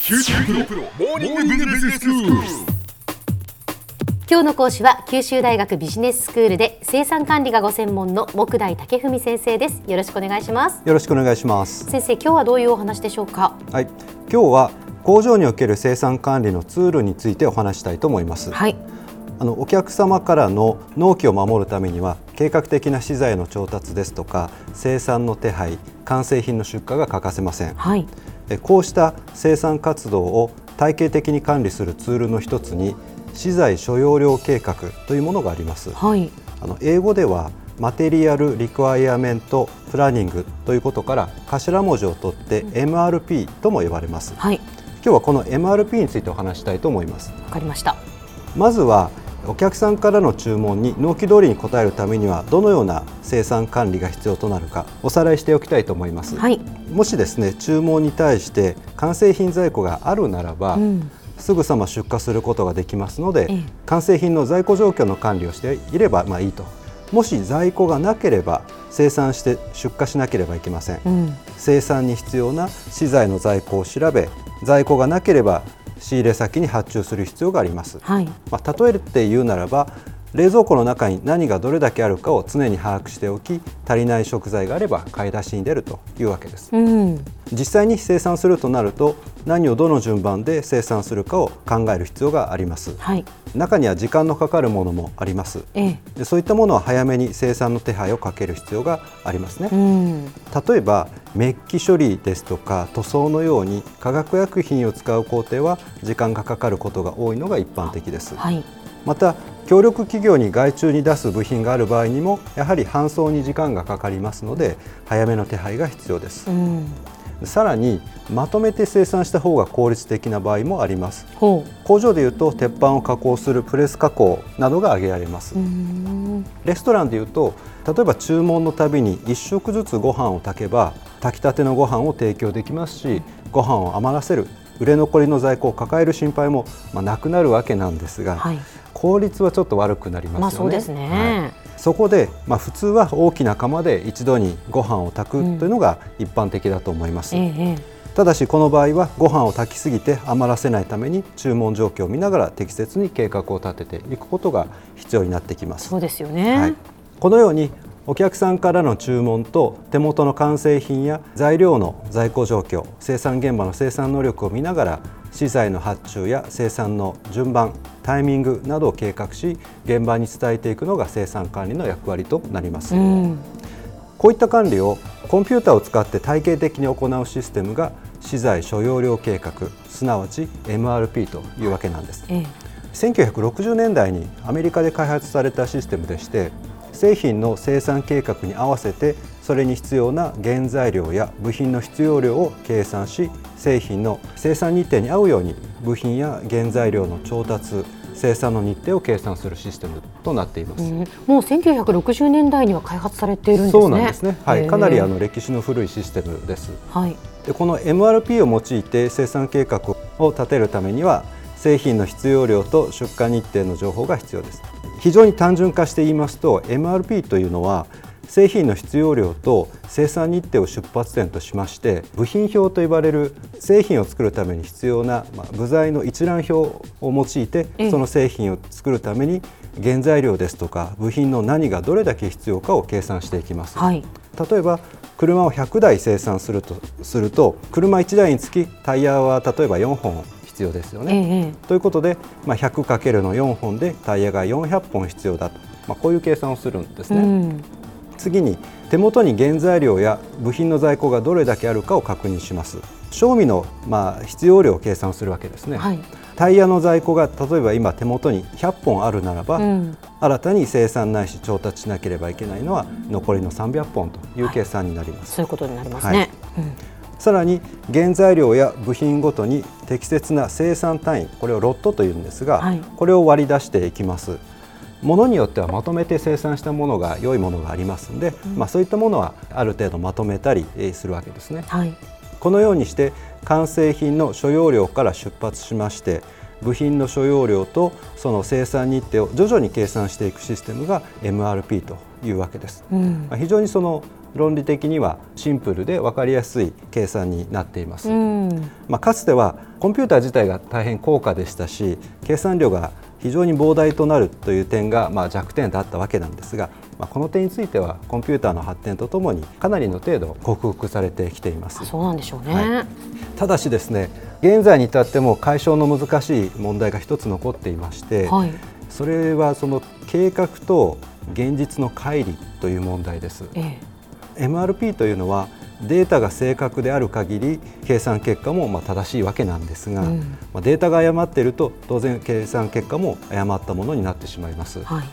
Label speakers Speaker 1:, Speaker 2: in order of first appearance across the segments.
Speaker 1: 九州大学ビジネススクール。
Speaker 2: 今日の講師は九州大学ビジネススクールで生産管理がご専門の木大武文先生ですよろしくお願いします
Speaker 3: よろしくお願いします。
Speaker 2: 先生今日はどういうお話でしょうか
Speaker 3: はい、今日は工場における生産管理のツールについてお話したいと思います。
Speaker 2: はい
Speaker 3: あのお客様からの納期を守るためには計画的な資材の調達ですとか生産の手配、完成品の出荷が欠かせません。
Speaker 2: はい
Speaker 3: えこうした生産活動を体系的に管理するツールの一つに資材所要量計画というものがあります。
Speaker 2: はい
Speaker 3: あの英語ではマテリアル・リクワイアメント・プランニングということから頭文字を取って MRP とも呼ばれます今
Speaker 2: はい
Speaker 3: 日はこの MRP についてお話したいと思います
Speaker 2: わかりました
Speaker 3: まずはお客さんからの注文に納期通りに応えるためにはどのような生産管理が必要となるかおさらいしておきたいと思います、
Speaker 2: はい
Speaker 3: もしですね注文に対して完成品在庫があるならば、
Speaker 2: うん
Speaker 3: すぐさま出荷することができますので、
Speaker 2: ええ
Speaker 3: 完成品の在庫状況の管理をしていればまあいいともし在庫がなければ生産して出荷しなければいけません、
Speaker 2: うん
Speaker 3: 生産に必要な資材の在庫を調べ在庫がなければ仕入れ先に発注する必要があります、
Speaker 2: はい
Speaker 3: まあ、例えて言うならば冷蔵庫の中に何がどれだけあるかを常に把握しておき足りない食材があれば買い出しに出るというわけです
Speaker 2: うん
Speaker 3: 実際に生産するとなると何をどの順番で生産するかを考える必要があります
Speaker 2: はい
Speaker 3: 中には時間のかかるものもあります
Speaker 2: ええ
Speaker 3: でそういったものは早めに生産の手配をかける必要がありますね
Speaker 2: うん
Speaker 3: 例えばメッキ処理ですとか塗装のように化学薬品を使う工程は時間がかかることが多いのが一般的です
Speaker 2: はい
Speaker 3: また協力企業に外注に出す部品がある場合にもやはり搬送に時間がかかりますので早めの手配が必要で
Speaker 2: う
Speaker 3: す
Speaker 2: ん
Speaker 3: さらにまとめて生産した方が効率的な場合もあります
Speaker 2: ほ
Speaker 3: 工場でいうと鉄板を加工するプレス加工などが挙げられます、
Speaker 2: ううん
Speaker 3: レストランでいうと例えば注文のたびに1食ずつご飯を炊けば炊きたてのご飯を提供できますしご飯を余らせる売れ残りの在庫を抱える心配も、まあ、なくなるわけなんですが、
Speaker 2: はい
Speaker 3: 効率はちょっと悪くなりますよね。
Speaker 2: まあそうです
Speaker 3: はい
Speaker 2: ね
Speaker 3: そこで、まあ、普通は大きな釜で一度にご飯を炊
Speaker 2: うん
Speaker 3: くというのが一般的だと思います、
Speaker 2: ええええ
Speaker 3: ただしこの場合はご飯を炊きすぎて余らせないために注文状況を見ながら適切に計画を立てていくことが必要になってきます、
Speaker 2: そうですよ
Speaker 3: は
Speaker 2: ね
Speaker 3: い、このようにお客さんからの注文と手元の完成品や材料の在庫状況生産現場の生産能力を見ながら資材の発注や生産の順番タイミングなどを計画し現場に伝えていくのが生産管理の役割となります、
Speaker 2: うん
Speaker 3: こういった管理をコンピューターを使って体系的に行うシステムが資材所要量計画すなわち MRP というわけなんです
Speaker 2: ええ
Speaker 3: 1960年代にアメリカで開発されたシステムでして製品の生産計画に合わせてそれに必要な原材料や部品の必要量を計算し製品の生産日程に合うように部品や原材料の調達生産の日程を計算するシステムとなっています。
Speaker 2: うんもう1960年代には開発されているんですね。
Speaker 3: そうなんですね、は
Speaker 2: へ
Speaker 3: い、
Speaker 2: え
Speaker 3: かなりあの歴史の古いシステムです
Speaker 2: はい、
Speaker 3: でこの MRP を用いて生産計画を立てるためには製品の必要量と出荷日程の情報が必要です非常に単純化して言いますと MRP というのは製品の必要量と生産日程を出発点としまして部品表と呼ばれる製品を作るために必要なまあ部材の一覧表を用いて
Speaker 2: ええ
Speaker 3: その製品を作るために原材料ですとか部品の何がどれだけ必要かを計算していきます。
Speaker 2: はい、
Speaker 3: 例えば車を100台生産するとすると車1台につきタイヤは例えば4本必要ですよ
Speaker 2: ええ
Speaker 3: ね。
Speaker 2: え
Speaker 3: ということで、まあ、100× の4本でタイヤが400本必要だと、まあ、こういう計算をするんです
Speaker 2: え、
Speaker 3: ね。
Speaker 2: うん、
Speaker 3: 次に手元に原材料や部品の在庫がどれだけあるかを確認します。賞味の、まあ、必要量を計算するわけですね。
Speaker 2: はい、
Speaker 3: タイヤの在庫が例えば今手元に100本あるならば、
Speaker 2: うん
Speaker 3: 新たに生産ないし調達しなければいけないのは残りの300本という計算になります、
Speaker 2: そういうことになりますね。
Speaker 3: さらに原材料や部品ごとに適切な生産単位これをロットというんですが、
Speaker 2: はい
Speaker 3: これを割り出していきますものによってはまとめて生産したものが良いものがありますので、まあ、そういったものはある程度まとめたりえーするわけです
Speaker 2: う
Speaker 3: ね
Speaker 2: ん、はい、
Speaker 3: このようにして完成品の所要量から出発しまして部品の所要量とその生産日程を徐々に計算していくシステムが MRP というわけです、
Speaker 2: うん、
Speaker 3: まあ非常にその論理的にはシンプルで分かりやすい計算になっています。
Speaker 2: うん
Speaker 3: まあ、かつてはコンピューター自体が大変高価でしたし計算量が非常に膨大となるという点がまあ弱点だったわけなんですが、まあ、この点についてはコンピューターの発展とともにかなりの程度克服されてきています
Speaker 2: あそうなんでしょうね、
Speaker 3: はただしですね現在に至っても解消の難しい問題が一つ残っていまして、
Speaker 2: はい
Speaker 3: それはその計画と現実の乖離という問題です
Speaker 2: ええ
Speaker 3: MRP というのはデータが正確である限り計算結果もまあ正しいわけなんですが、
Speaker 2: うん
Speaker 3: まあデータが誤っていると当然計算結果も誤ったものになってしまいます。
Speaker 2: はい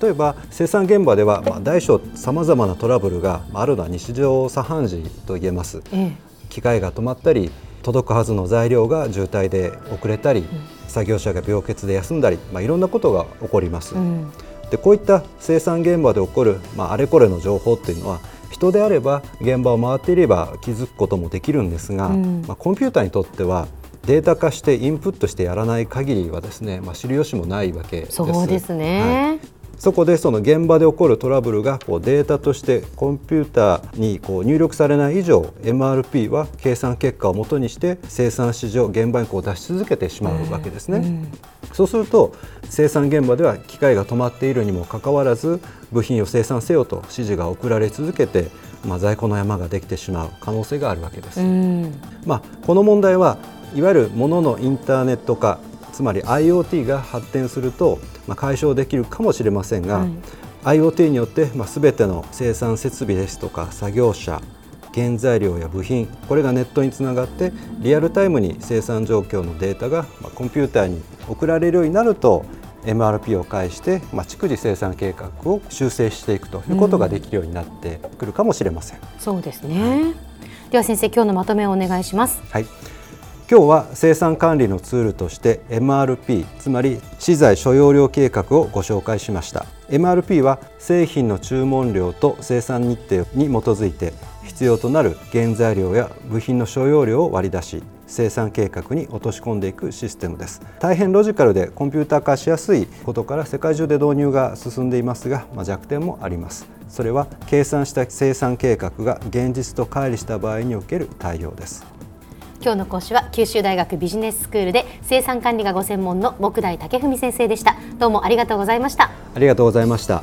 Speaker 3: 例えば生産現場ではまあ大小さまざまなトラブルがまああるのは日常茶飯事と言えます。
Speaker 2: ええ
Speaker 3: 機械が止まったり届くはずの材料が渋滞で遅れたり、作業者が病欠で休んだり、まあ、いろんなことが起こります。
Speaker 2: うん
Speaker 3: でこういった生産現場で起こる、まあ、あれこれの情報っていうのは人であれば現場を回っていれば気づくこともできるんですが、
Speaker 2: うん
Speaker 3: まあ、コンピューターにとってはデータ化してインプットしてやらない限りはですね、まあ、知る由もないわけです。
Speaker 2: そうです
Speaker 3: はい
Speaker 2: ね、
Speaker 3: そこでその現場で起こるトラブルがこうデータとしてコンピューターにこう入力されない以上 MRP は計算結果をもとにして生産市場現場にこう出し続けてしまうわけですね。そうすると生産現場では機械が止まっているにもかかわらず部品を生産せよと指示が送られ続けて、まあ、在庫の山ができてしまう可能性があるわけです。
Speaker 2: うん
Speaker 3: まあ、この問題はいわゆるもののインターネット化つまり IoT が発展すると、まあ、解消できるかもしれませんが、
Speaker 2: はい
Speaker 3: IoT によって、まあ、全ての生産設備ですとか作業者原材料や部品これがネットにつながってリアルタイムに生産状況のデータが、まあ、コンピューターに送られるようになると MRP を介して、まあ、逐次生産計画を修正していくということができるようになってくるかもしれません
Speaker 2: そうですね、では先生今日のまとめをお願いします
Speaker 3: はい、今日は生産管理のツールとして MRP つまり資材所要量計画をご紹介しました MRP は製品の注文量と生産日程に基づいて必要となる原材料や部品の所要量を割り出し生産計画に落とし込んでいくシステムです大変ロジカルでコンピューター化しやすいことから世界中で導入が進んでいますが、まあ、弱点もありますそれは計算した生産計画が現実と乖離した場合における対応です
Speaker 2: 今日の講師は九州大学ビジネススクールで生産管理がご専門の木大武文先生でしたどうもありがとうございました
Speaker 3: ありがとうございました。